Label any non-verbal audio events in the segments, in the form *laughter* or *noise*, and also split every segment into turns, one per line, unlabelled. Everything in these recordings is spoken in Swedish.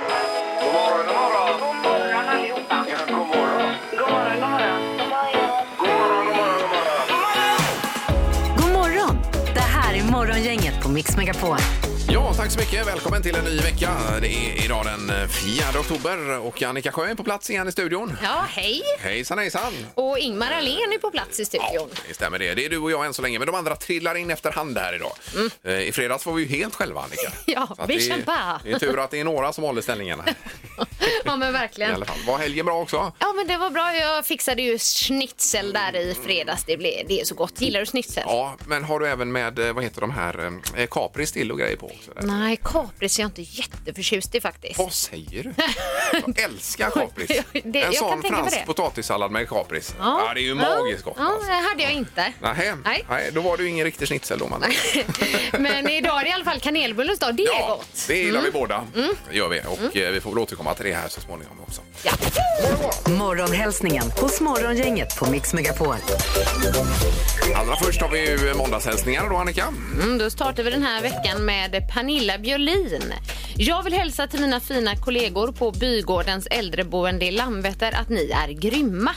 Mm.
God morgon! Det här är Morgongänget på Mix Megapol.
Ja, tack så mycket. Välkommen till en ny vecka. Det är idag den 4 oktober och Annika Sjö är på plats igen i studion.
Ja, hej!
Hejsan hejsan!
Och Ingmar Ahlén är på plats i studion.
Det stämmer det. Det är du och jag än så länge, men de andra trillar in efterhand här idag. Eh, I fredags var vi ju helt själva Annika.
Mm. *laughs* Ja,
Så att
vi
det är-
kämpar.
Det är tur att det är några som håller ställningarna.
Ja, men
I
verkligen.
alla fall. Var helgen bra också?
Ja, men det var bra. Jag fixade ju schnitzel där i fredags. Det, blev, det är så gott. Gillar du schnitzel?
Ja, men har du även med, eh, vad heter de här, eh, Capris till och grejer på också? eller?
Nej, kapris är jag inte jätteförtjust i faktiskt.
Vad säger
*laughs*
du? Jag älskar kapris.
Det- jag
en
kan
sån
tänka mig
fransk
det.
potatissallad med kapris. Ja. det är ju magiskt gott.
Ja,
alltså.
det hade jag inte.
Nej.
Nej.
Nej, då var det ju ingen riktig schnitzel då. Man.
*laughs* Men idag är det i alla fall kanelbullens dag. Det är
Ja,
gott. Mm.
det gillar vi båda. Det gör vi. Och eh, vi får väl återkomma till det här så småningom också.
Ja.
Morgonhälsningen hos Morgongänget på Mix Megapol.
Allra först har vi ju måndagshälsningar då Annika.
Mm, då startar vi den här veckan med Pernilla Björlin. Jag vill hälsa till mina fina kollegor på Bygårdens äldreboende i Landvetter att ni är grymma.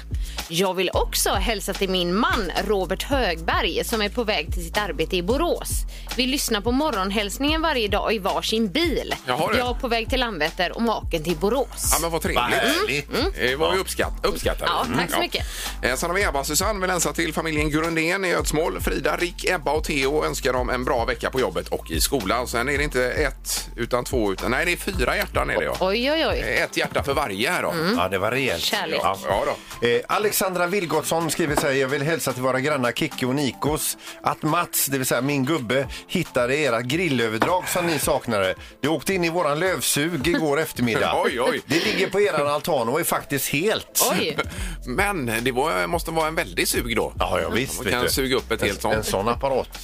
Jag vill också hälsa till min man Robert Högberg som är på väg till sitt arbete i Borås. Vi lyssnar på morgonhälsningen varje dag i varsin bil.
Jaha, du.
Jag på väg till Landvetter och maken till Borås.
Ja men vad trevligt.
härligt.
Det var ju uppskatt, uppskattat.
Mm. Ja, tack så
Mm,
mycket.
Eh, Sen har vi Ebba-Susanne. Vill hälsa till familjen Grundén i Ödsmål. Frida, Rick, Ebba och Theo och önskar dem en bra vecka på jobbet och i skolan. Sen är det inte ett utan två, utan nej det är fyra hjärtan är det ja.
Oj, Mm. oj, oj.
Eh, Ett hjärta för varje här då.
Ja, det var rejält.
Kärlek.
Ja.
Ja då.
Eh, Alexandra Vilgotsson skriver så här. Jag vill hälsa till våra grannar Kicke och Nikos att Mats, det vill säga min gubbe, hittade era grillöverdrag som ni saknade. Det åkte in i våran lövsug igår eftermiddag.
*laughs* Oj, oj.
Det ligger på eran altan och är faktiskt helt.
Oj.
Men det var, måste vara en väldig sug då.
Ja, ja visst.
Man
vet
kan
du.
suga upp ett helt
En, en
sånt.
sån apparat.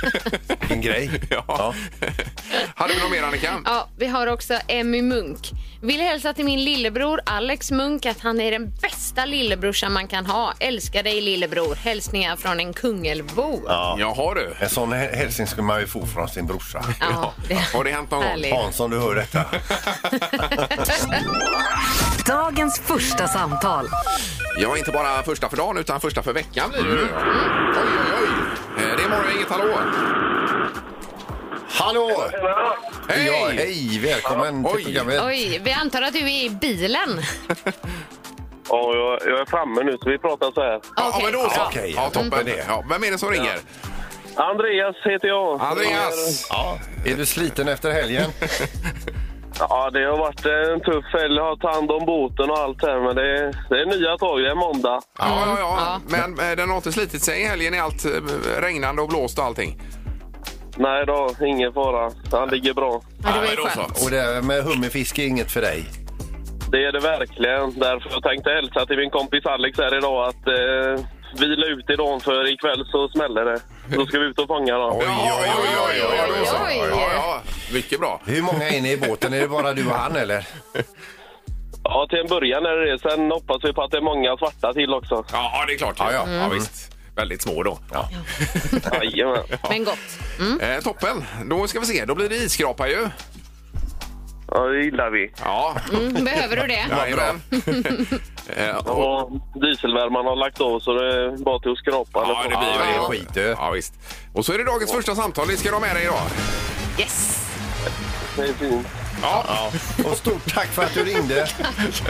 *laughs*
en grej.
Ja. Hade vi något mer Annika?
Ja, vi har också Emmy Munk. Vill hälsa till min lillebror Alex Munk att han är den bästa lillebrorsan man kan ha. Älskar dig lillebror. Hälsningar från en Kungälvbo.
Ja. Jaha du.
En sån hä- hälsning skulle man ju få från sin brorsa.
Ja, det-
Har det hänt någon gång?
Härligt.
Hansson, du hör detta.
Dagens första samtal.
Ja, inte bara första för dagen utan första för veckan blir det nu. Oj, oj, oj. Eh, Det är morgon, inget hallå.
Hallå!
Hej!
Ja, hej! Välkommen
Oj.
till programmet.
Oj, vi antar att du är i bilen.
Ja, jag, jag är framme nu så vi pratar så här.
Ja,
Okej,
men då så.
bra.
Okej,
ja, toppen. Ja, vem är det som ringer?
Andreas heter jag.
Andreas!
Ja. Är du sliten efter helgen?
Ja, det har varit en tuff helg. Jag har tagit hand om boten och allt här, men det, är- det är nya tag. Det är måndag.
Ja, ja, ja. Men eh, den har inte slitit sig i helgen i allt eh, regnande och blåst och allting.
Nej då, ingen fara. Han ligger bra.
Ja, det var
men
ju
då
skönt.
så.
Och det här med hummerfiske är inget för dig?
Det är det verkligen. Därför jag tänkte hälsa till min kompis Alex här idag att eh, vila ut idag för ikväll så smäller det. Då ska vi ut och fånga då.
Ja, oj, oj, oj, oj, då så.
Oj.
Ja, ja. Mycket bra.
Hur många är ni i båten? Är det bara du och han eller?
Ja, till en början är det det. Sen hoppas vi på att det är många svarta till också.
Ja, ja, det är klart. Ja, Mm. ja. ja visst. Väldigt små då.
Jajamän.
Men gott.
*laughs* Eh, toppen! Då ska vi se. Då blir det isskrapa ju.
Ja, det gillar vi.
Ja,
Mm, behöver du det?
vad bra. eh, och,
Och dieselvärmaren har lagt av så det är bara till att skrapa.
ja, det blir
Ja,
väl
det skiter jag i.
Ja, visst. Och så är det dagens första samtal. Det ska du ha med dig idag.
Yes.
Det är fint.
Ja, ja.
Och stort tack för att du ringde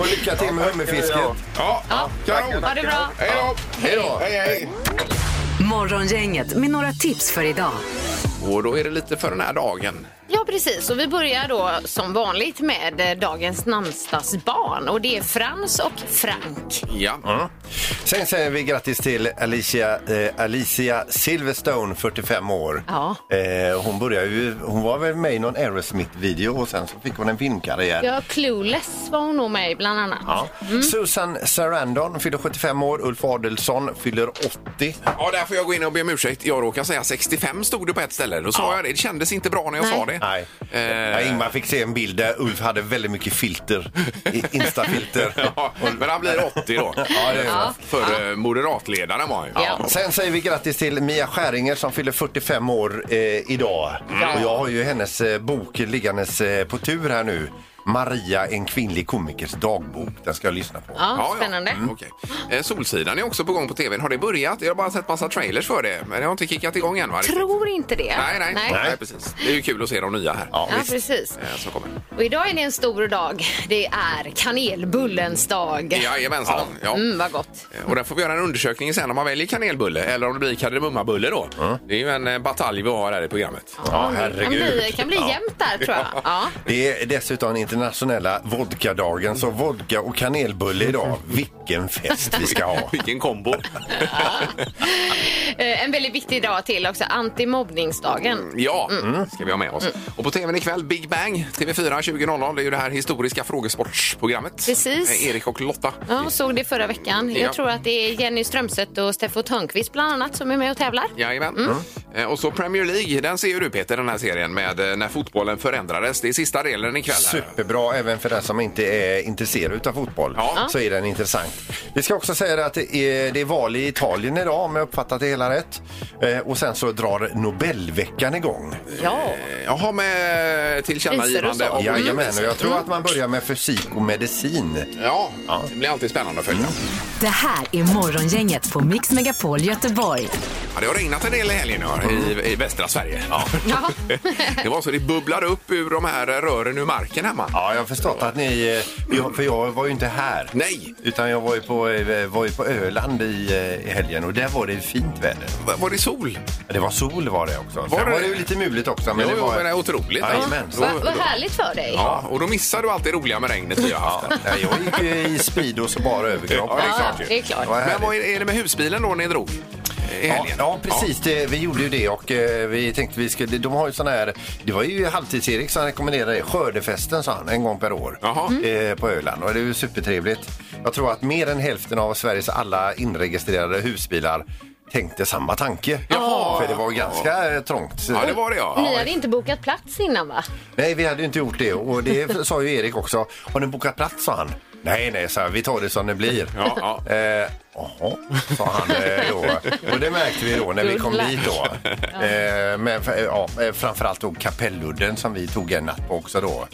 och lycka till med hummerfisket.
ja. Kanon!
Ha det bra.
Hej då!
Hej då!
Hej, hej!
Morgongänget med några tips för idag.
Och då är det lite för den här dagen.
Ja, precis. Och vi börjar då som vanligt med eh, dagens namnsdagsbarn. Och det är Frans och Frank.
Ja.
Sen säger vi grattis till Alicia, eh, Alicia Silverstone, 45 år.
Ja.
Eh, hon, började ju, hon var väl med i någon Aerosmith-video och sen så fick hon en filmkarriär.
Ja, Clueless var hon nog med i bland annat.
Ja. Susan Sarandon fyller 75 år, Ulf Adelsohn fyller 80.
Ja, där får jag gå in och be om ursäkt. Jag råkar säga 65 stod det på ett ställe. Då sa jag det. Det kändes inte bra när jag
Nej.
sa det. Eh,
Nej. Ja, Ingmar fick se en bild där Ulf hade väldigt mycket filter. I- Instafilter.
*laughs* *laughs* Ja, men han blir 80 då.
Ja, det är det.
För eh, moderatledaren var han ju.
Ja.
Sen säger vi grattis till Mia Skäringer som fyller 45 år eh, idag. Och jag har ju hennes eh, bok liggandes eh, på tur här nu. Maria, en kvinnlig komikers dagbok. Den ska jag lyssna på.
Ja, spännande.
Mm, okej. Eh, Solsidan är också på gång på tvn. Har det börjat? Jag har bara sett massa trailers för det. Men det har inte kickat igång än va?
Tror inte det.
Nej, nej, nej.
Nej.
precis. Det är ju kul att se de nya här.
Ja,
Ja,
visst.
precis.
Eh, Som kommer.
Och idag är det en stor dag. Det är kanelbullens dag.
Jajamensan. Ja.
Mm, vad gott.
Eh, Och där får vi göra en undersökning sen om man väljer kanelbulle eller om det blir kardemummabulle då. Det är ju en eh, batalj vi har här i programmet.
Ja,
Det kan bli, kan bli
Ja.
jämnt där tror jag. Ja.
Det är dessutom internationella vodkadagen, så vodka och kanelbulle idag. Vilken fest vi ska ha!
*laughs* Vilken kombo!
Eh, En väldigt viktig dag till också, antimobbningsdagen.
Ja,
Mm.
ska vi ha med oss. Och på tvn ikväll, Big Bang, TV4 20.00. Det är ju det här historiska frågesportsprogrammet.
Precis.
Eh, Erik och Lotta.
Ja, såg det förra veckan.
Ja.
Jag tror att det är Jenny Strömstedt och Steffo Törnqvist bland annat som är med och tävlar.
Jajamän.
Mm.
Eh, Och så Premier League, den ser ju du Peter, den här serien med eh, när fotbollen förändrades. Det är sista delen ikväll. Här.
Superbra även för den som inte är intresserad av fotboll.
Ja.
Så är den intressant. Vi ska också säga det att det är, det är val i Italien idag om jag uppfattat det hela rätt. Eh, och sen så drar Nobelveckan igång.
Ja.
Eh, Jaha, med tillkännagivande
Priser och
om
så.
Jajamän, och jag tror att man börjar med fysik och medicin.
Mm. Ja, det blir alltid spännande att följa.
Det här är Morgongänget på Mix Megapol Göteborg.
Ja, det har regnat en del i helgen nu, i, i västra Sverige.
Ja.
*laughs* det var så det bubblar upp ur de här rören ur marken hemma.
Ja, jag har förstått att ni... eh, jag- För jag var ju inte här.
Nej.
Utan jag var ju på, eh, var ju på Öland i, eh, i helgen och där var det fint väder.
Va- Var det sol?
Det var sol var det också.
Var
Var
det?
det? var det ju lite muligt också. Men
Jo,
det
jo,
var...
men det är otroligt.
Jajamän.
Ja.
Va, vad härligt för dig.
Ja, och då missar du allt det roliga med regnet vi har haft.
Ja, nej, jag gick ju i Speedos och bara överkropp.
Ja, det är klart ju.
det är klart.
var
Men
härligt.
vad är, är det med husbilen då ni drog? I
Ja,
helgen?
ja, precis. Det, vi gjorde ju det och eh, vi tänkte vi skulle... De har ju sån här... Det var ju Halvtids-Erik som rekommenderade det. Skördefesten, sa han, en gång per år
Jaha.
eh, på Öland. Och det är ju supertrevligt. Jag tror att mer än hälften av Sveriges alla inregistrerade husbilar tänkte samma tanke.
Jaha.
För det var ganska eh, trångt.
Ja, det var det ja.
Ni hade inte bokat plats innan va?
Nej, vi hade ju inte gjort det. Och det *laughs* sa ju Erik också. Har ni bokat plats, sa han. Nej, nej, sa jag. Vi tar det som det blir.
Ja, ja.
Eh, Jaha, sa han eh, då. Och det märkte vi då när vi kom
Gulla.
dit då. Eh, men eh, ja, eh, framförallt då Kapelludden som vi tog en natt på också då.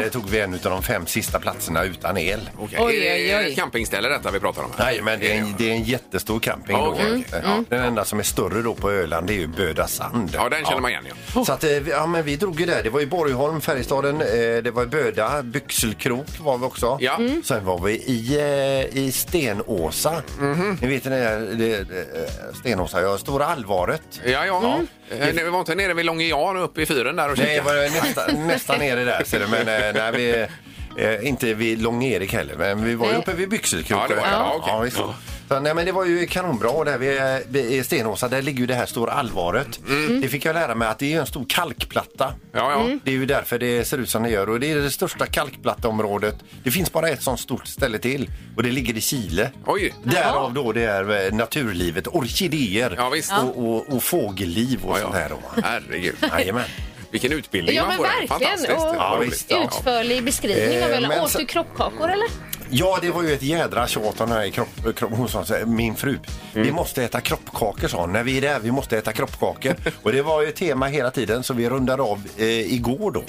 Där tog vi en av de fem sista platserna utan el.
Okej,
Oj,
är det- är
oj,
det
oj.
ett campingställe detta vi pratar om? här?
Nej, men det är en, det är en jättestor camping
Ja,
då.
okej, okej.
Ja, Den enda som är större då på Öland det är ju Böda sand.
Ja, den känner man igen, ja.
Så att, eh, vi- ja, men vi drog ju där. Det var ju Borgholm, Färjestaden, eh, det var i Böda, Byxelkrok var vi också.
Ja. Mm.
Sen var vi i, eh, i Stenåsa.
Mhm.
Ni vet den där det, det, Stenåsa, ja, Stora Allvaret.
Ja, ja. Eh, nej, Vi var inte nere vid Långejan och uppe i fyren där och
Nej,
kikade?
jag var
*laughs*
nästan, nästan nere där ser du, men eh, nej, vi, eh, inte vid Lång-Erik heller, men vi var ju
Nej.
uppe vid Byxelkrok.
Ja, det var det. Ja, okej.
visst. Så, nej, men det var ju kanonbra och där vid, eh, vid Stenåsa, där ligger ju det här stora allvaret.
Mm.
Det fick jag lära mig att det är ju en stor kalkplatta.
Ja, ja.
Mm.
Det är ju därför det ser ut som det gör och det är det största kalkplatteområdet. Det finns bara ett sånt stort ställe till och det ligger i Chile.
Oj.
Därav då det är eh, naturlivet, orkidéer
Ja, visst.
och, och, och fågelliv och
Ja,
sånt
ja.
här. Då.
*laughs* Herregud.
Jajamän.
Vilken utbildning
Ja,
man
men
får. där.
verkligen.
Fantastiskt.
Och-
Ja,
Ja,
roligt.
visst.
Ja.
Utförlig beskrivning av
Eh,
hela.
men
Åt
så-
du kroppkakor eller?
Ja, det var ju ett jädra tjat om den här i kropp, kropp, hon sa så här, min fru. Vi måste äta kroppkakor sa hon. När vi är där, vi måste äta kroppkakor. och det var ju ett tema hela tiden så vi rundade av eh, igår då.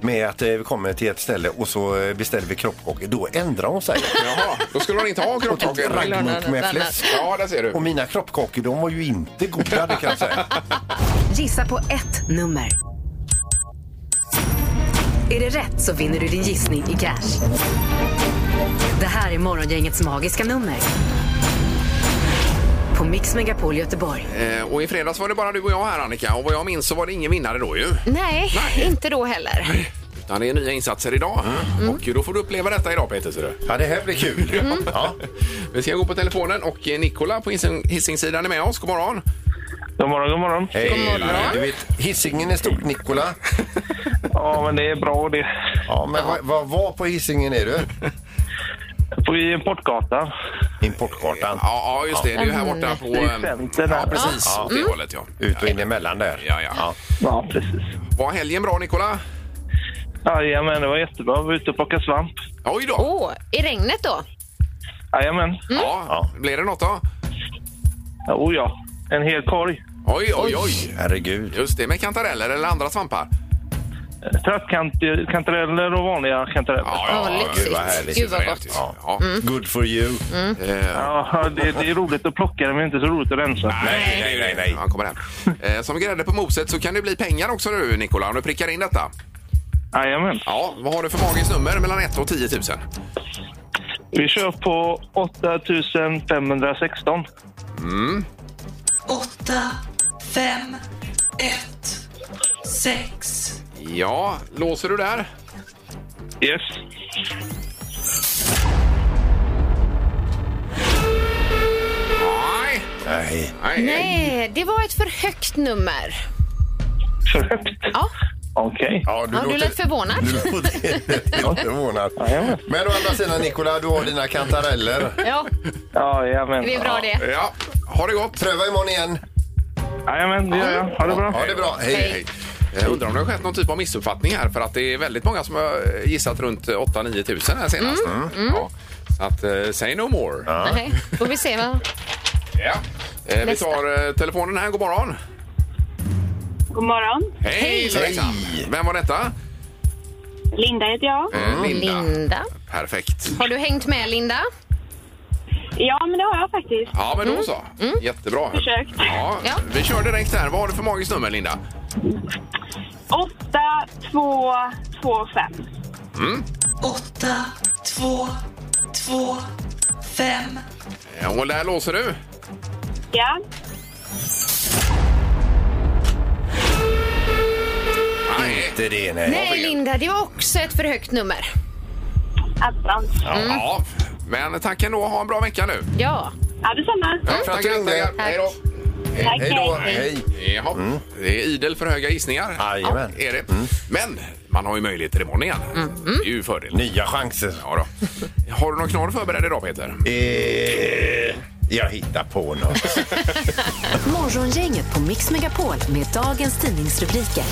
Med att eh, vi kommer till ett ställe och så eh, beställer vi kroppkakor. Då ändrar hon sig.
Jaha, då skulle hon inte ha
och tar
kroppkakor.
raggmunk med fläsk.
Ja, där ser du.
Och mina kroppkakor de var ju inte goda det kan jag säga.
Gissa på ett nummer. Är det rätt så vinner du din gissning i cash. Det här är Morgongängets magiska nummer. På Mix Megapol Göteborg.
Eh, Och i fredags var det bara du och jag här Annika och vad jag minns så var det ingen vinnare då ju.
Nej,
Nej.
inte då heller.
Utan det är nya insatser idag.
Mm.
Och då får du uppleva detta idag Peter. Ser du.
Ja, det här blir kul.
Mm.
Ja.
*laughs* Vi ska gå på telefonen och eh, Nikola på Hising- Hisingssidan är med oss. God morgon!
God morgon, god morgon.
Hej, du vet, Hisingen är stort, Nikola.
Ja, men det är bra det.
Ja, men vad va, var på Hisingen är du?
På i Importgatan.
Importkartan.
Ja, ja just det. Det är ju här borta på... eh,
I centern
Ja,
här.
precis. Åt det hållet, ja.
Ut och in emellan där.
Ja, ja.
Ja, precis.
Var helgen bra, Nikola?
Jajamän, det var jättebra. Vi var ute och plockade svamp.
Oj då!
Åh, i regnet då?
Jajamän.
Mm. Ja. Blev det något då?
Ja, oh ja. En hel korg.
Oj, oj, oj!
Herregud.
Just det, med kantareller eller andra svampar.
Trattkantareller och vanliga kantareller. Ja,
Ja, lyxigt.
gud vad härligt.
Gud, vad gott.
Ja. Ja.
Good for you.
Eh,
det, det är roligt att plocka men det är inte så roligt att rensa.
Nej, nej, nej, nej. Han *laughs* kommer hem. Eh, som grädde på moset så kan det bli pengar också nu, Nikola, om du prickar in detta.
Jajamän.
Ja, vad har du för magiskt nummer mellan 1 och 10 000?
Vi kör på 8516.
8, 5, 1, 6.
Ja, låser du där?
Yes.
Nej.
Nej.
Nej.
Nej, det var ett för högt nummer.
För högt.
Ja,
Okej.
Ja,
ja du lät förvånad.
Du
*laughs*
låter *laughs* förvånad.
Jajamän.
Men å andra sidan, Nikola, du har dina kantareller.
Ja,
Jajamän.
det är bra det.
Ja, ha det gott.
Pröva imorgon igen.
Jajamän, det gör jag. Ha det bra.
Ja, det är bra. Hej.
Hej. Jag undrar om det har skett någon typ av missuppfattning här för att det är väldigt många som har gissat runt 8-9 tusen här senast. Ja. Så att, eh, say no more. Mm, Ja.
Nej, får vi se vad...
Eh, vi
Nästa.
tar eh, telefonen här. God morgon.
God morgon.
Hej! Hejsan. Vem var detta?
Linda heter jag.
Eh, Linda.
Linda.
Perfekt.
Har du hängt med Linda?
Ja, men det har jag faktiskt.
Ja, men då så. Jättebra.
Försökt.
Ja,
Ja.
Vi kör direkt här. Vad har du för magiskt nummer, Linda?
8, 2, 2, 5.
Mm.
8, 2, 2, 5.
Eh, Och där låser du.
Ja.
Nej.
Det är det, nej.
Nej, Eh, Linda, det var också ett för högt nummer.
Attans.
Ja, men tack ändå. Ha en bra vecka nu.
Mm. Ja.
Ja, detsamma.
Ja,
för att du ringde.
tackar. Hej då.
Tack,
Hej då. Hej.
Jaha, det är idel för höga gissningar.
Jajamän.
Är det. Men man har ju möjligheter imorgon igen.
Mm.
Det är ju fördel.
Nya chanser.
Ja då. Har du någon knorr förberedd idag, Peter?
Eh, jag hittar på något.
Morgongänget på Mix Megapol med dagens tidningsrubriker.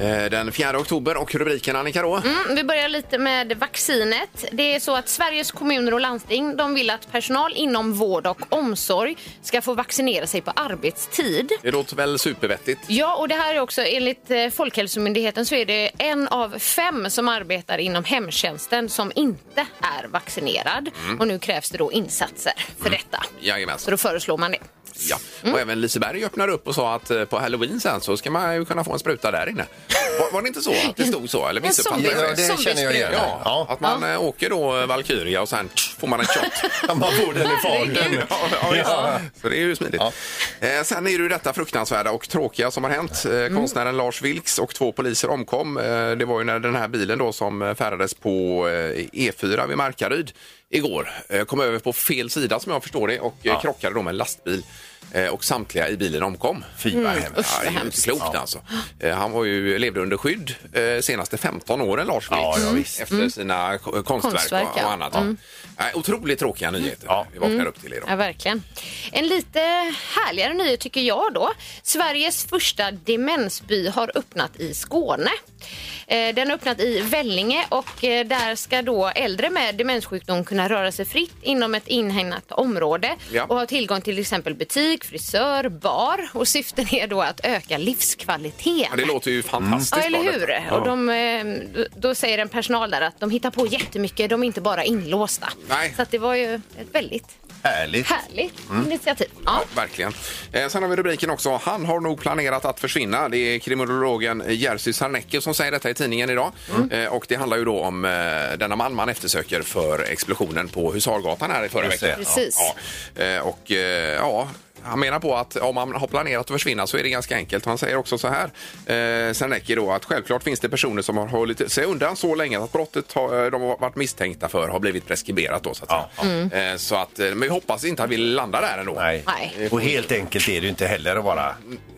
Eh, Den 4 oktober och rubriken, Annika, då?
Mm, vi börjar lite med vaccinet. Det är så att Sveriges kommuner och landsting de vill att personal inom vård och omsorg ska få vaccinera sig på arbetstid.
Det låter väl supervettigt?
Ja, och det här är också enligt eh, Folkhälsomyndigheten så är det en av fem som arbetar inom hemtjänsten som inte är vaccinerad. Och nu krävs det då insatser för detta. Så
Jajamensan.
då föreslår man det.
Ja. Och även Liseberg öppnar upp och sa att eh, på halloween sen så ska man ju kunna få en spruta där inne. Var, var det inte så att det stod så? Eller
En
missuppfattade
zombie-
*laughs*
jag
Ja, det
Som
känner jag igen.
Ja, ja, att man eh, åker då eh, Valkyria och sen tsch, får man en shot.
*laughs* Ja, Man får den i farten.
Ja, ja, visst. *laughs* Så det är ju smidigt.
Ja.
Eh, sen är det ju detta fruktansvärda och tråkiga som har hänt. Eh, Konstnären Lars Vilks och två poliser omkom. Eh, det var ju när den här bilen då som eh, färdades på eh, E4 vid Markaryd igår eh, kom över på fel sida som jag förstår det och eh, krockade då med en lastbil. Eh, och samtliga i bilen omkom. Fy vad hemskt.
usch, vad
det är ju inte
hemskt.
klokt alltså. Eh, han var ju, levde under skydd eh, senaste 15 åren, Lars Vilks.
ja,
Efter sina ko- Mm. konstverk,
Konstverk,
och,
ja.
och annat. Ja. Mm. Nej, otroligt tråkiga nyheter vi vaknar upp till idag.
Ja, verkligen. En lite härligare nyhet tycker jag då. Sveriges första demensby har öppnat i Skåne. Eh, Den har öppnat i Vellinge och eh, där ska då äldre med demenssjukdom kunna röra sig fritt inom ett inhägnat område
Ja.
och ha tillgång till exempel butik, frisör, bar och syftet är då att öka livskvaliteten.
Ja, det låter ju fantastiskt.
Ja, eller
bra detta.
hur? Och de, eh, då- då säger en personal där att de hittar på jättemycket, de är inte bara inlåsta.
Nej.
Så att det var ju ett väldigt
Härligt.
Härligt initiativ. Ja.
Ja, verkligen. Eh, sen har vi rubriken också. Han har nog planerat att försvinna. Det är kriminologen Jerzy Sarnecki som säger detta i tidningen idag.
Mm.
Eh, och det handlar ju då om eh, denna man man eftersöker för explosionen på Husargatan här i förra
Just det.
veckan.
Precis.
Ja. Eh, och eh, ja, Han menar på att om man har planerat att försvinna så är det ganska enkelt. Han säger också så här, eh, sen räcker då att självklart finns det personer som har hållit sig undan så länge att brottet har, eh, de har varit misstänkta för har blivit preskriberat då så att
Ja, Mm.
säga. Eh, så att, eh, men vi hoppas inte att vi landar där ändå.
Nej.
Nej.
Och helt enkelt är det ju inte heller att bara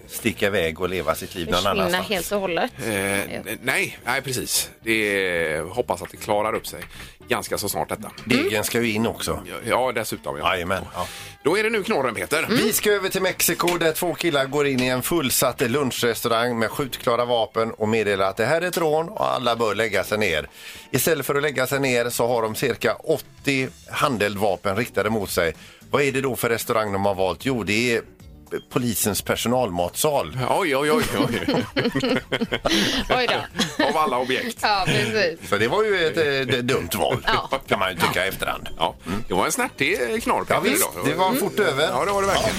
sticka iväg och leva sitt liv någon
Försvinna
annanstans.
helt och hållet.
Eh, n- nej, nej precis. Det är, hoppas att det klarar upp sig ganska så snart detta.
Degen ska ju in också.
Ja, dessutom. Ja.
Jajamän. Ja.
Då är det nu knorren Peter.
Mm.
Vi ska över till Mexiko där två killar går in i en fullsatt lunchrestaurang med skjutklara vapen och meddelar att det här är ett rån och alla bör lägga sig ner. Istället för att lägga sig ner så har de cirka 80 handeldvapen riktade mot sig. Vad är det då för restaurang de har valt? Jo, det är polisens personalmatsal.
Oj, oj, oj. oj. *laughs*
Oj då.
Av alla objekt.
Ja, precis.
Så det var ju ett eh, dumt val,
Ja.
kan man ju tycka i efterhand.
Ja, det var en snärtig knorr
Ja,
Peter
visst,
idag.
det var fort över.
Ja, det var det verkligen.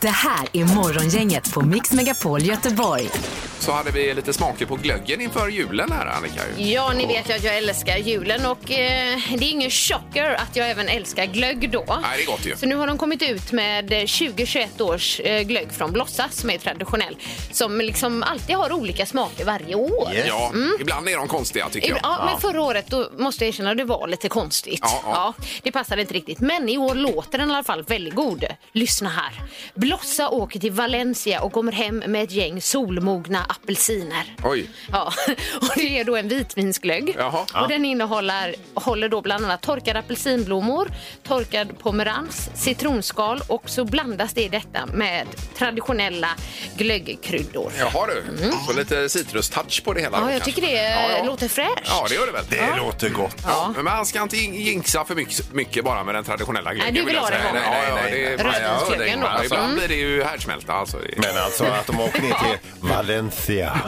Det här är Morgongänget på Mix Megapol Göteborg.
Så hade vi lite smaker på glöggen inför julen här Annika. ju.
Ja, ni vet ju att jag älskar julen och eh, det är ingen chocker att jag även älskar glögg då.
Nej, det är gott ju.
Så nu har de kommit ut med eh, 2021 års eh, glögg från Blossas som är traditionell. Som liksom alltid har olika smaker varje år.
Yes.
Ja, ibland är de konstiga tycker
Mm. Ja,
jag.
men förra året då måste jag erkänna det var lite konstigt.
Ja, ja.
det passade inte riktigt. Men i år låter den i alla fall väldigt god. Lyssna här. Blossa åker till Valencia och kommer hem med ett gäng solmogna apelsiner.
Oj.
Ja, *laughs* och det är då en vitvinsglögg.
Jaha.
Och den innehåller håller då bland annat torkade apelsinblommor, torkad pomerans, citronskal och så blandas det i detta med traditionella glöggkryddor.
Jaha du, så lite citrustouch på det hela. då,
Mm. Ja, jag
kanske.
tycker det
Ja, ja.
låter fräscht.
Ja, det gör det väl.
Det låter gott.
Ja. Men man ska inte jinxa för mycket, mycket bara med den traditionella glöggen.
du vill
jag
ha
säga.
den
Nej,
vanliga.
nej, nej, det är-
Rödvinsglöggen
Ja, det är-
då, alltså.
Ibland
Mm.
blir det ju härdsmälta. Alltså. Det-
Men alltså att de åker ner till Valencia.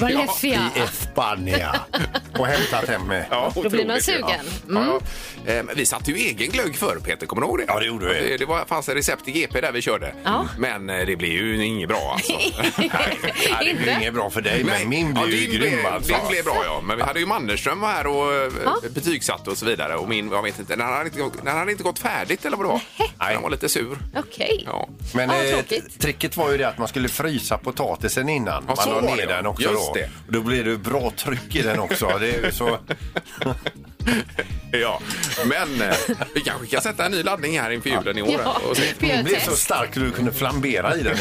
Valencia.
I Espania. *laughs* Och hämtat hem med.
Ja,
Då blir man
otroligt ju.
sugen. Mm.
Ja. Ja, ja. Eh, men Vi satte ju egen glögg förr, Peter. Kommer du ihåg det?
Ja, det gjorde vi.
Det, det var, fanns ett recept i GP där vi körde.
Ja.
Men eh, det blev ju inget bra
*laughs*
alltså.
Det
Inte?
blir inget bra för dig, men min blir ju
din
grym
blev-
alltså.
Din blev bra ja. Men vi hade ju Mannerström var här och eh,
Ja.
betygsatte och så vidare. Och min, jag vet inte, den hade inte, den hade inte gått färdigt eller vad det var.
Nej.
Den var lite sur.
Okej.
Ja.
Men
Ja,
eh,
tråkigt.
tricket var ju det att man skulle frysa potatisen innan.
Ja, så
man
var
la
det,
ner
ja.
den också
Just
då.
det.
Och då blir det ju bra tryck i den också. Det är ju så...
*laughs* Ja, men eh, vi kanske kan sätta en ny laddning här inför julen i år. eh,
Ja,
Och se.
vi gör
Den
ett
blev så
test.
stark att du kunde flambera i den.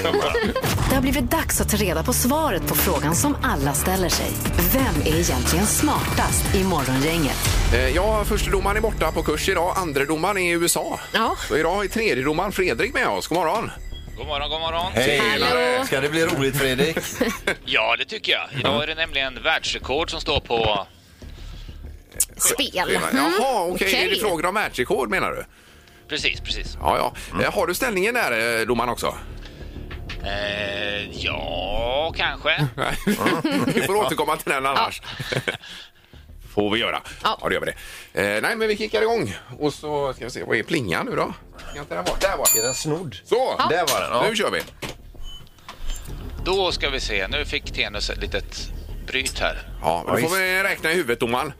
Det har blivit dags att ta reda på svaret på frågan som alla ställer sig. Vem är egentligen smartast i Morgongänget?
Eh, Ja, förstedomaren är borta på kurs idag. Andredomaren är i USA.
Ja.
Så idag är tredjedomaren Fredrik med oss. God morgon!
God morgon, god morgon.
Hej!
Hallå.
Ska det bli roligt Fredrik?
Ja, det tycker jag. Idag är det nämligen världsrekord som står på...
Spel.
Jaha,
Mm.
okej. Är det frågor om världsrekord menar du?
Precis, precis.
Ja, ja.
Mm.
Eh, Har du ställningen där, eh, domaren också?
Eh, ja, kanske.
*laughs*
Mm.
Nej. vi får återkomma till den annars. *laughs* Får vi göra. Ja,
Ja.
det gör vi det. Eh, nej, men vi kickar igång. Och så ska vi se, vad är plingan nu då? Kan inte den vara? Där var
*laughs* Är
den.
den snodd?
Så!
Där var den. Ja.
Nu kör vi.
Då ska vi se. Nu fick Tenus ett litet bryt här.
Ja, men då
Ja,
får vi räkna i huvudet, domaren.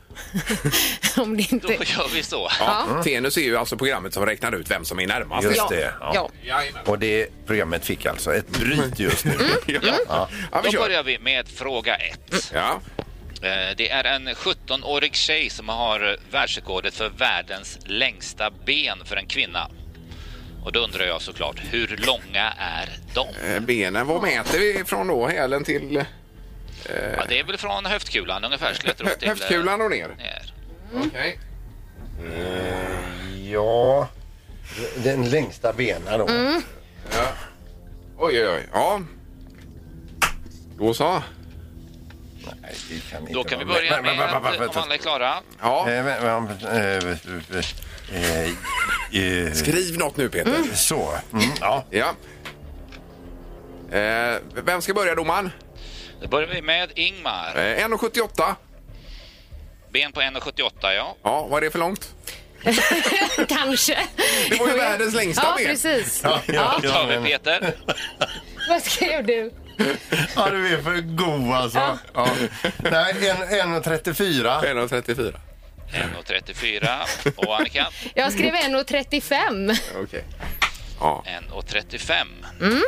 *laughs* Om det
Då
inte...
gör vi så.
Ja. Tenus är ju alltså programmet som räknar ut vem som är närmast.
Mm. Just
Ja.
det.
Ja.
Jajamän.
Och det programmet fick alltså ett bryt just nu.
Ja. Ja, vi Mm.
Då
kör.
börjar vi med fråga ett.
Ja.
Eh, Det är en 17-årig tjej som har eh, världsrekordet för världens längsta ben för en kvinna. Och då undrar jag såklart, hur långa är de?
Eh, Benen, vad mäter vi från då? Hälen till eh,
Ja, det är väl från höftkulan ungefär skulle jag tro. till, eh, Mm.
höftkulan och ner?
ner.
Okej.
Ja, den längsta benen då.
Oj, oj, oj. Ja. Då så.
Nej, det kan inte
Då kan vi
vara-
börja
Men- men-
med,
men- men-
om alla är klara.
Ja.
Eh, men- men- eh, eh, eh,
Skriv något nu, Peter.
Så. Mm, ja.
Ja. Eh, vem ska börja domaren?
Då börjar vi med Ingmar.
Eh, 1,78.
Ben på 1,78 ja.
Ja, vad är det för långt?
Kanske.
Det
*laughs*
var ju världens längsta
Ja,
ben.
precis.
Ja,
Då tar vi Peter.
Vad skrev du?
ja, du är för god alltså. Ja. Nej, 1,34.
1,34.
1,34. Och Annika.
Jag skrev 1,35.
*laughs* Okej.
1,35.
Mm.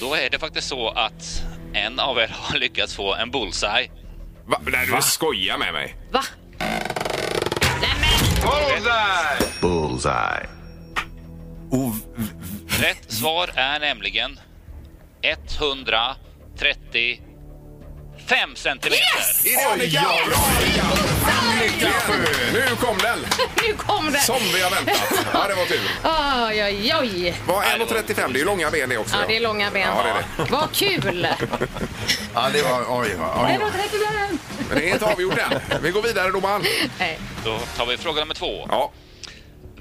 Då är det faktiskt så att en av er har lyckats få en bullseye.
Va? Nej, du skojar med mig.
Va?
Bullseye!
Bullseye.
Rätt svar är nämligen 135 centimeter.
Yes!
Nu kom den!
Nu kom det!
Som vi har väntat. Ja, det var tur.
Oj, oj, oj.
Var 1,35? Det är ju långa ben det också.
Ja, det är långa ben.
Ja, det är det.
Vad kul!
Ja, det var... Oj, oj, oj.
Men det är inte avgjort än. Vi går vidare, domaren.
Nej.
Då tar vi fråga nummer två.
Ja.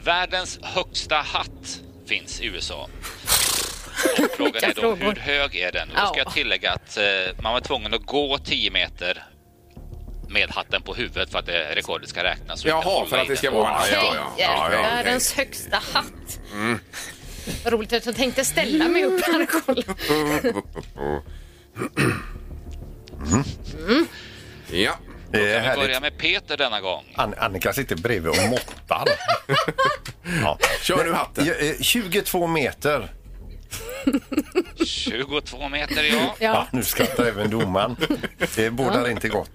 Världens högsta hatt finns i USA. Och frågan är då,
frågor.
hur hög är den? Då ska
Ja.
jag tillägga att eh, man var tvungen att gå 10 meter med hatten på huvudet för att det rekordet ska räknas. och inte
Jaha,
hålla
för
i
att det
den.
ska vara... Ja, ja, ja. ja, ja, okej.
Världens högsta hatt.
Mm.
Vad roligt att jag tänkte ställa mig upp här och kolla.
Ja.
Det
Vi börjar
är härligt.
med Peter denna gång.
An Annika sitter bredvid och måttar. Ja.
Kör nu hatten.
Ja, eh, 22 meter.
22 meter, ja.
Ja,
Ja.
nu skrattar även domaren. Det bådar inte gott.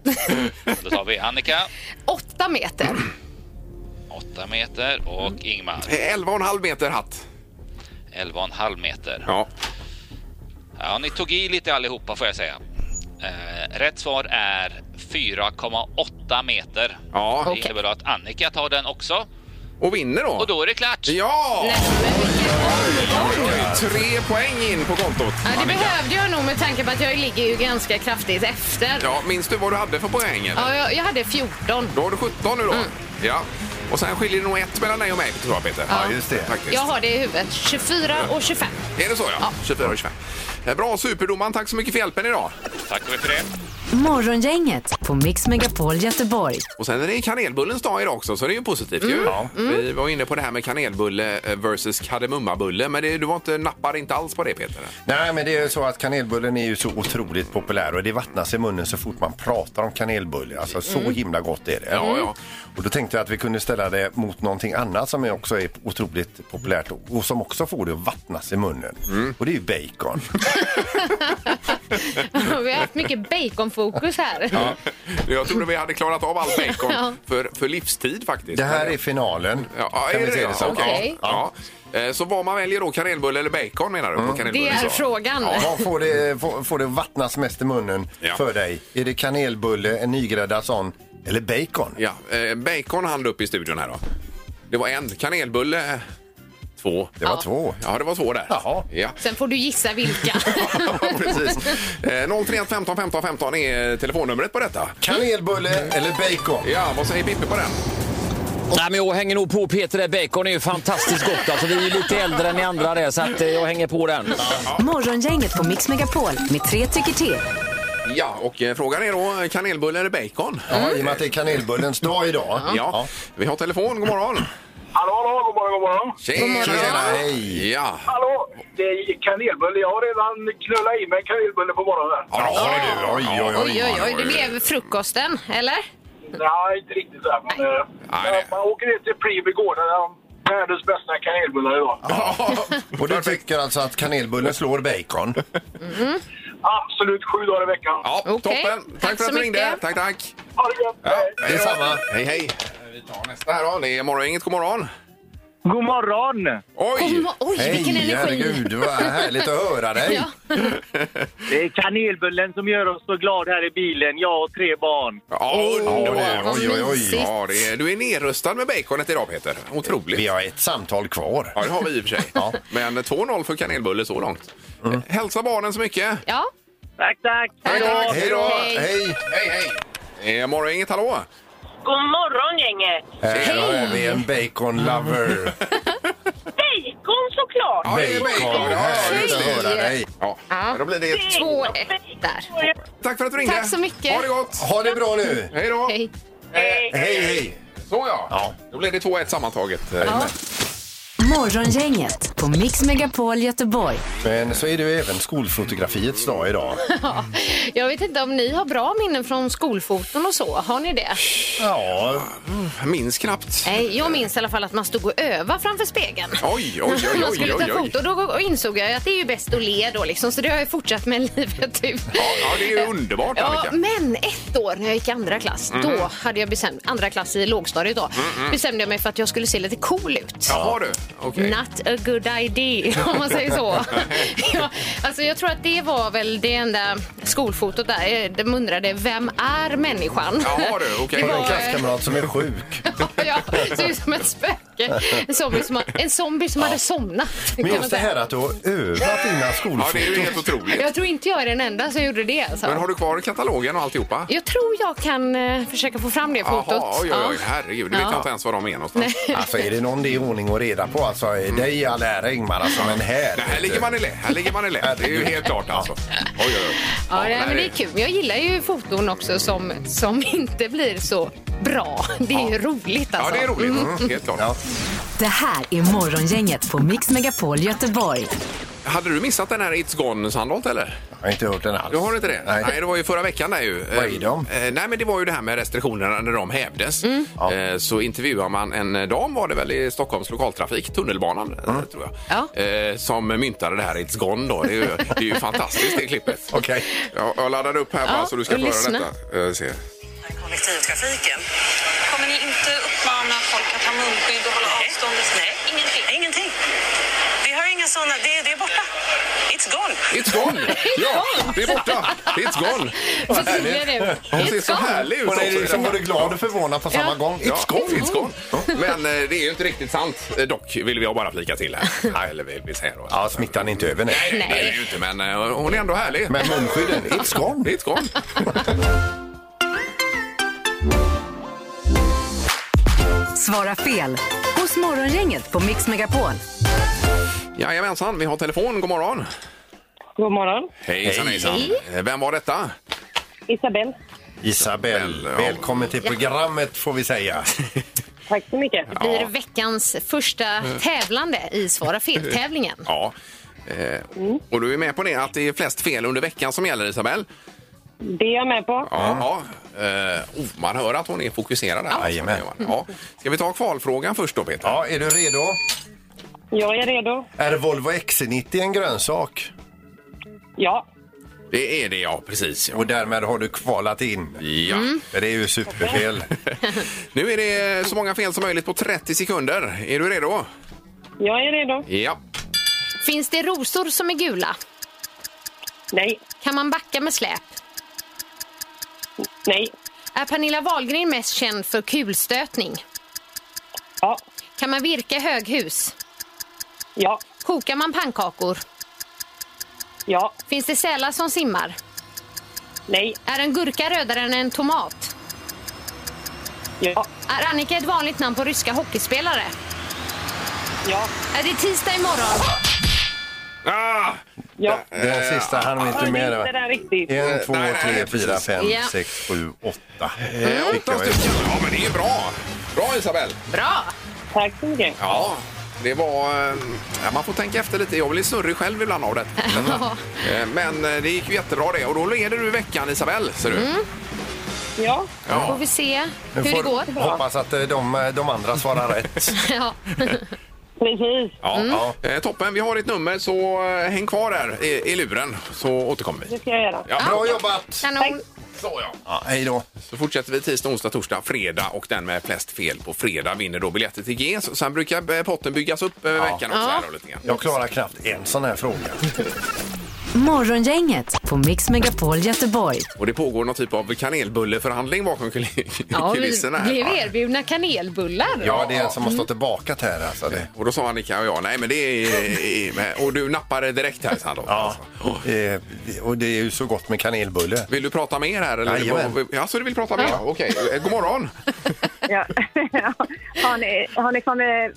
Då tar vi Annika,
Åtta meter.
8 meter och Ingmar,
11,5 meter hatt.
11,5 meter.
Ja.
Ja, ni tog i lite allihopa får jag säga. Eh, rätt svar är 4,8 meter.
Ja.
Det innebär att Annika tar den också.
Och vinner då.
Och då är det klart!
Ja!
Nej, men vilken...
Det är Tre poäng in på kontot.
Ja, det behövde jag nog med tanke på att jag ligger ju ganska kraftigt efter. Ja.
Ja, minns du vad du hade för poäng? eller?
jag, jag hade 14.
Då har du 17 nu då.
Mm.
Ja. Och sen skiljer det nog ett mellan dig och mig, tror jag, Peter.
Ja, just det.
Faktiskt.
Jag har det i huvudet. 24 och 25.
Är det så, ja? 24 och 25. Eh, Bra, superdomaren. Tack så mycket för hjälpen idag.
Tack för det.
Morgongänget på Mix Megapol Göteborg.
Och sen är det kanelbullens dag idag också, så det är ju positivt
Mm,
ju. Vi var inne på det här med kanelbulle eh, versus kardemummabulle, men det, du var inte, nappar inte alls på det, Peter?
Nej, men det är ju så att kanelbullen är ju så otroligt populär och det vattnas i munnen så fort man pratar om kanelbulle. Alltså så himla gott är det.
Mm. Ja, ja.
Och då tänkte jag att vi kunde ställa det mot någonting annat som är också är otroligt populärt och som också får det att vattnas i munnen.
Mm.
Och det är ju bacon.
*laughs*
*laughs*
Vi har haft mycket baconfokus här.
Jag trodde vi hade klarat av all
*laughs*
bacon för, för livstid faktiskt.
Det här är finalen.
Ja, ja,
kan
är
vi
det
se
det?
som.
Okej.
Ja. Ja. Eh, Så vad man väljer då, kanelbulle eller bacon menar du? På
Det
kanelbullens
är
dag?
frågan.
Ja, vad får det, får, får det vattnas mest i munnen
Ja.
för dig? Är det kanelbulle, en nygräddad sån eller bacon?
Ja, eh, bacon hand upp i studion här då. Det var en. Kanelbulle, eh, två.
Det var två.
Ja, det var två där.
Jaha.
Ja. *laughs*
Sen får du gissa vilka.
Precis. Eh, 031 15 15 15 är telefonnumret på detta.
Kanelbulle eller bacon?
Ja, vad säger Pippi på den?
Nej, men jag hänger nog på Peter. där. Bacon är ju fantastiskt gott. Alltså, vi är ju lite äldre än ni andra där, så att, eh, jag hänger på den.
Morgongänget på Mix Megapol med tre tycker till.
Ja, och eh, frågan är då eh, kanelbulle eller bacon?
Ja, I och med att det är kanelbullens dag idag.
Mm. Ja. Vi har telefon, god morgon.
Hallå, hallå, god morgon, god morgon.
Tjena!
Tjena, hej!
Ja,
Hallå, det är kanelbulle. Jag har redan knullat i mig en kanelbulle på morgonen.
ja det har du.
Oj, oj, oj.
Oj, oj, oj. Det blev frukosten, eller?
Nej, inte riktigt så här, men... eh,
Nej, det-
Man åker ner till Priby gård, där de världens bästa kanelbullar idag.
Och du tycker alltså att kanelbullen slår bacon?
Absolut sju dagar i veckan.
Ja,
Okej.
toppen. Tack,
Tack
för
så
att du ringde.
mycket.
Tack, tack.
Ha det gött!
Ja,
hej.
hej då.
Detsamma.
Hej, hej. Vi tar nästa här då. Det är morgongänget. God morgon.
God morgon!
Oj!
Kom, oj, vilken
Hej,
energi.
herregud, vad härligt att höra dig.
Ja.
Det är kanelbullen som gör oss så glad här i bilen, jag och tre barn.
Ja, underbart.
Oj, oj, oj.
Ja, det är, du är nerröstad med baconet idag, Peter. Otroligt.
Vi har ett samtal kvar.
Ja, det har vi i och för sig. Men 2-0 för kanelbulle så långt.
Mm.
Eh, Hälsa barnen så mycket.
Ja.
Tack, tack!
Hej då!
Hej då!
Hej.
Hej!
Hej, hej! Eh, Morgongänget, hallå!
God morgon, gänget!
Här har vi en bacon-lover.
Bacon såklart!
Ja, det är bacon.
Bacon,
Ja,
härligt
just
att
det.
höra dig.
Ja, då blir det... ett-
Två, ett där.
Tack för att du ringde.
Tack så mycket.
Ha det gott.
Ha det bra nu!
Hej då.
Hej.
Hej, hej!
Så ja.
Ja.
eh, Då blir det 2-1 sammantaget.
Ja.
Morgongänget på Mix Megapol Göteborg.
Men så är det ju även skolfotografiets dag idag.
Ja, jag vet inte om ni har bra minnen från skolfoton och så. Har ni det?
Ja,
minns knappt.
Nej, jag minns i alla fall att man stod och övade framför spegeln.
Oj, oj, oj,
*laughs* man
oj,
skulle
oj,
ta
oj.
foto och då insåg jag att det är ju bäst att le då liksom. Så det har jag fortsatt med *laughs* livet ut.
Ja, det är ju underbart,
Ja,
Annika.
men ett år när jag gick i andra klass,
Mm.
då hade jag bestämt, andra klass i lågstadiet då,
Mm, mm.
bestämde jag mig för att jag skulle se lite cool ut.
Jaha du, okej.
Not a good idea, *laughs* om man
*laughs*
säger så. ja, alltså jag tror att det var väl det enda skolfotot där. Eh, De undrade, vem är människan?
Jaha
*laughs*
du,
okej.
Har du
Det var,
en
eh,
klasskamrat som är sjuk?
ja, ser ut som ett spöke. En zombie som, en zombie som hade somnat. kan
Men
man
just det
säga.
här att du har övat dina skolfoton.
Ja, det är ju helt otroligt.
Jag tror inte jag är den enda som gjorde det. Alltså.
Men har du kvar katalogen och alltihopa?
Jag tror jag kan eh, försöka få fram det fotot.
Jaha, oj, oj, oj,
Ja.
herregud, det vet
Ja.
jag inte ens var de är någonstans.
Nej.
Alltså är det någon det är ordning och reda på? Alltså det är i all ära Ingmar, alltså, men här...
Mm. Nej, här ligger man i lä, här ligger man i lä. Det är ju helt klart alltså. Oj, oj, oj. Ja,
Ja, nej, men
nej.
det är kul. Jag gillar ju foton också som, som *laughs* inte blir så bra. Det är ju roligt
Ja,
alltså.
det är roligt.
Mm.
Helt klart.
Det här är Morgongänget på Mix Megapol Göteborg.
Hade du missat den här It's Gone Sandholt eller?
Jag har inte hört den alls.
Du har inte det? Nej. det var ju förra veckan där ju. Vad är de? Nej, men det var ju det här med restriktionerna när de hävdes.
Mm.
Eh, Så intervjuar man en dam var det väl i Stockholms lokaltrafik, tunnelbanan eh, tror jag, eh, som myntade det här It's Gone då. Det är ju, det
*laughs*
är ju fantastiskt det klippet.
Okej.
Jag, jag laddar upp här bara
Ja,
så du ska
och
få höra
lyssna.
detta. Eh, Se.
kollektivtrafiken. Kommer ni inte uppmana folk att ha munskydd och hålla avstånd? Nej, ingenting. ingenting. Vi har inga sådana. Det, det är borta. It's gone.
It's gone! Ja, det är borta. It's gone.
Vad tydlig du är.
Hon ser så
It's gone.
härlig ut
Hon är liksom både glad och förvånad på samma
Ja.
gång. It's
Ja,
gone.
It's gone. Men eh, det är ju inte riktigt sant. Eh, Dock vill vi bara flika till här. Eller vill vi säga då.
Ja, smittan är inte över nu.
Nej, nej, det är det ju inte, men eh, hon är ändå härlig.
Men munskydden, it's gone.
It's gone.
Svara fel hos Morgongänget på Mix Megapol.
Jajamensan, vi har telefon. God morgon.
God morgon.
Hejsan, hejsan. Eh, Vem var detta?
Isabel,
Isabelle, välkommen till programmet får vi säga.
tack så mycket.
Det blir veckans första tävlande i Svara fel-tävlingen.
Ja. Eh, Och du är med på det att det är flest fel under veckan som gäller, Isabel?
Det är jag med på.
Ja. Eh, oh, man hör att hon är fokuserad. Här. Jajamän. Ja. Ska vi ta kvalfrågan först då, Peter?
Ja, är du redo?
Jag är redo.
Är Volvo XC90 en grönsak?
Ja.
Det är det, ja. Precis.
Och därmed har du kvalat in.
Ja.
Det är ju superfel.
*laughs* Nu är det så många fel som möjligt på 30 sekunder. Är du redo?
Jag är redo.
Ja.
Finns det rosor som är gula?
Nej.
Kan man backa med släp?
Nej.
Är Pernilla Wahlgren mest känd för kulstötning?
Ja.
Kan man virka höghus?
Ja.
Kokar man pannkakor?
Ja.
Finns det sälar som simmar?
Nej.
Är en gurka rödare än en tomat?
Ja.
Är Annika ett vanligt namn på ryska hockeyspelare?
Ja.
Är det tisdag imorgon?
Ah! eh,
Ja.
Den sista hann vi inte med.
Inte den riktigt.
En, två,
Nej, nej,
tre, fyra, fem,
Ja.
sex, sju, åtta.
Eh,
Fick
Åtta
jag väl.
stycken. Ja, men det är bra. Bra, Isabel.
Bra!
Tack så mycket.
Ja, det var... eh, Ja, man får tänka efter lite. Jag blir snurrig själv
*laughs*
ibland av det.
Ja.
Eh, Men eh, det gick ju jättebra det. Och då leder du veckan, Isabel. Ser du?
Mm.
Ja.
Ja.
Får vi se
Nu
hur det
får-
går.
Hoppas att eh, de, de andra svarar rätt.
ja. *laughs*
Precis.
Ja,
Mm.
ja. Eh, Toppen, vi har ditt nummer så eh, häng kvar där i, i luren så återkommer vi.
Det ska jag göra.
Ja, bra jobbat!
Kanon.
Ja, hej då.
Så fortsätter vi tisdag, onsdag, torsdag, fredag och den med flest fel på fredag vinner då biljetter till GES. Och Sen brukar eh, potten byggas upp över veckan också. Här då, lite grann.
Jag klarar knappt en sån här fråga.
Morgongänget på Mix Megapol Göteborg.
Och det pågår någon typ av kanelbulleförhandling bakom kuli-
Ja, vi
kulisserna. här.
blev erbjudna kanelbullar.
Ja, det är en som har
Mm.
stått
och bakat här. Alltså det.
Och då sa Annika och jag, nej men det är... Och du nappade direkt här, Sandro. Alltså. Ja.
Eh, och det är ju så gott med kanelbulle.
Vill du prata mer här? Eller?
Jajamän.
Ja, så du vill prata mer?
Ja.
Okej, Eh, god
*laughs*
morgon!
Ja. *laughs* har, ni, har ni kommit...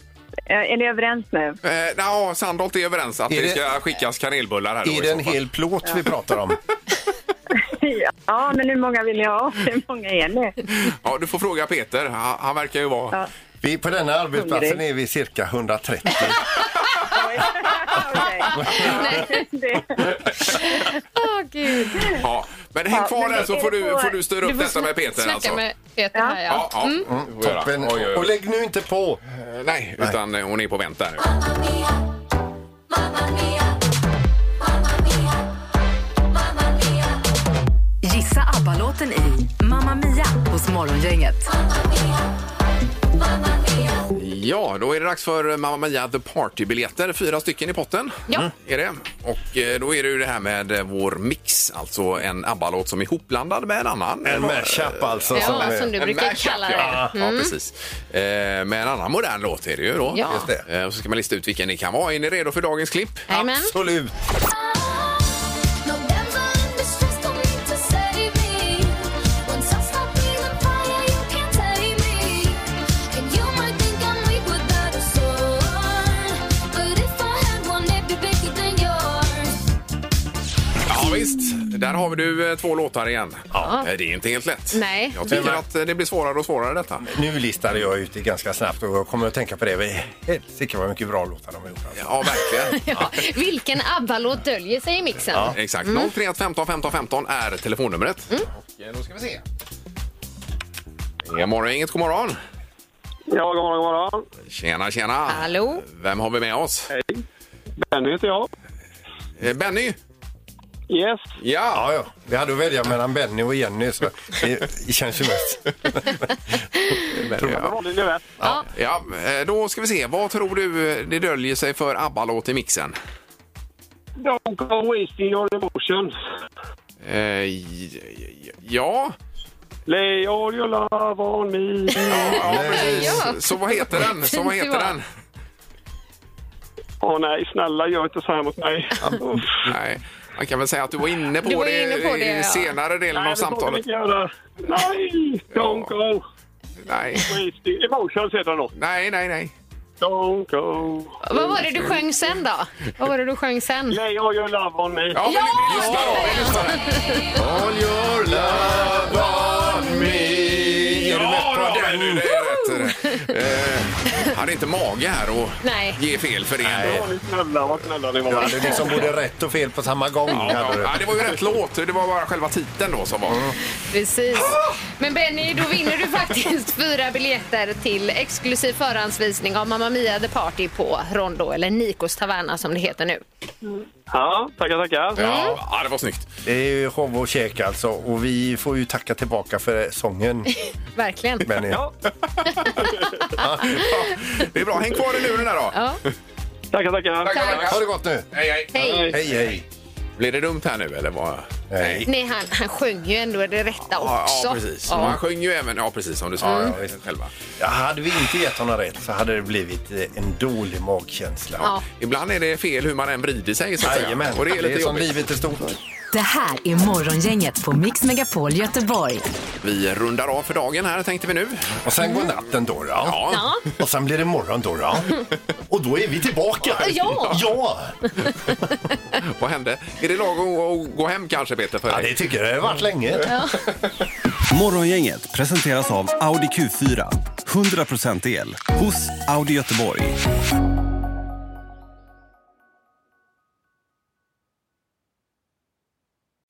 Är ni överens nu?
Eh, ja, Sandholt är överens att
Är
det,
det-
ska skickas kanelbullar här. då
Är
i
det
så
en
fall.
hel plåt vi pratar om?
Ja, men hur många vill jag ha? Hur många är ni?
Ja, du får fråga Peter. Han, han verkar ju vara
Vi, på denna arbetsplatsen
Hungrig.
är vi cirka 130.
Åh, gud.
*laughs* Ja, men häng kvar där så får du, får du styra upp detta med Peter
snacka
alltså.
med Peter här, ja.
Ja, ja.
Mm.
Mm, toppen. Och
lägg nu inte på.
Nej, utan eh, hon är på vänt där.
Gissa ABBA-låten i Mamma Mia hos Morgongänget.
Ja, då är det dags för eh, Mamma Mia The Party-biljetter. Fyra stycken i potten. Mm.
Ja.
Är det. Och eh, då är det ju det här med eh, vår mix, alltså en ABBA-låt som är hopblandad med en annan. Eh,
En mashup alltså.
Ja, som du
En
brukar
mashup,
kalla
Ja,
det.
ja
Mm.
precis. Eh, Med en annan modern låt är det ju då.
Ja. Just
Eh, och Så ska man lista ut vilken det kan vara. Är ni redo för dagens klipp?
Jajamän.
Absolut.
Ja, visst. Där har vi du eh, två låtar igen. Ja. Det är inte helt lätt.
Nej.
Jag tycker att eh, det blir svårare och svårare detta.
Nu listade jag ut det ganska snabbt och jag kommer att tänka på det. Men Helsike vad mycket bra låtar de har gjort. Alltså.
Ja, verkligen.
*laughs* Ja. Vilken ABBA-låt döljer sig i mixen?
Exakt.
Mm.
031 15 15 15 är telefonnumret. eh, Då ska vi se. Ja, morgon, inget god morgon.
Ja, god morgon, god morgon.
Tjena, tjena.
Hallå.
Vem har vi med oss? Eh,
Hej. Benny heter jag.
Benny?
Yes.
Ja.
ja, Vi hade att välja mellan Benny och Jenny så det, det känns ju mest.
Benny, ja. Ja. Ja, eh, då ska vi se. Vad tror du eh, det döljer sig för ABBA-låt i mixen?
Don't go wasting your emotions.
Eh, j- j- ja.
Lay all your love on me.
Ja, precis. Så vad heter
*laughs*
den? Så vad
Fint
heter
det var.
den?
Åh nej, snälla gör inte så här mot mig.
Nej, man kan väl säga att du var inne på
Du var
det,
inne på det,
i
ja.
senare delen
Nej, det får vi
av samtalet.
inte göra. Nej, don't go.
Nej.
Wasting emotions heter den då.
Nej, nej, nej.
Don't go.
Vad var det du sjöng sen då? Vad var det du sjöng sen?
Lay all your love on me.
Ja, men lyssna då. All your love on me.
Är du med
Ja,
på
då,
den?
Benny, det är rätt. Mm. *laughs* Eh, hade inte mage här och
Nej.
ge fel för det.
Ja, ni snälla, vad snälla ni var.
Du hade liksom både rätt och fel på samma gång.
Ja,
hade
ja,
du.
ja, det var ju rätt låt. Det var bara själva titeln då som var.
Mm. Precis. Men Benny, då vinner du faktiskt fyra biljetter till exklusiv förhandsvisning av Mamma Mia The Party på Rondo, eller Nikos Taverna som det heter nu.
Ja, tackar, tackar.
Ja, ja, det var snyggt.
Det är ju show och käk alltså och vi får ju tacka tillbaka för sången.
Verkligen.
Benny. Ja.
Det är bra. Häng kvar i luren där då.
Ja.
Tackar, tackar.
Ha det gott nu.
Hej,
Hej.
Hej, hej.
Blir det dumt här nu eller? Vad? Nej.
Nej, han, han sjöng ju ändå det rätta
Ja,
också.
ja, precis.
Ja. Mm.
Man sjöng ju även, ja precis som du
Ja,
sa
ja, visst.
själva.
Ja, hade vi inte gett honom rätt så hade det blivit eh, en dålig magkänsla.
Ja.
Ibland är det fel hur man än vrider sig så att säga.
Jajamän,
Och det är lite
som
jobbigt.
livet är stort.
Det här är Morgongänget på Mix Megapol Göteborg.
Vi rundar av för dagen här tänkte vi nu.
Och sen går natten då. då.
Ja.
Och sen blir det morgon då. då. Och då är vi tillbaka.
Ja.
ja.
Vad hände? Är det lagom att gå hem kanske Peter för
Ja,
dig?
det tycker jag. Det har varit länge.
Morgongänget presenteras av Audi Q4. 100% el hos Audi Göteborg.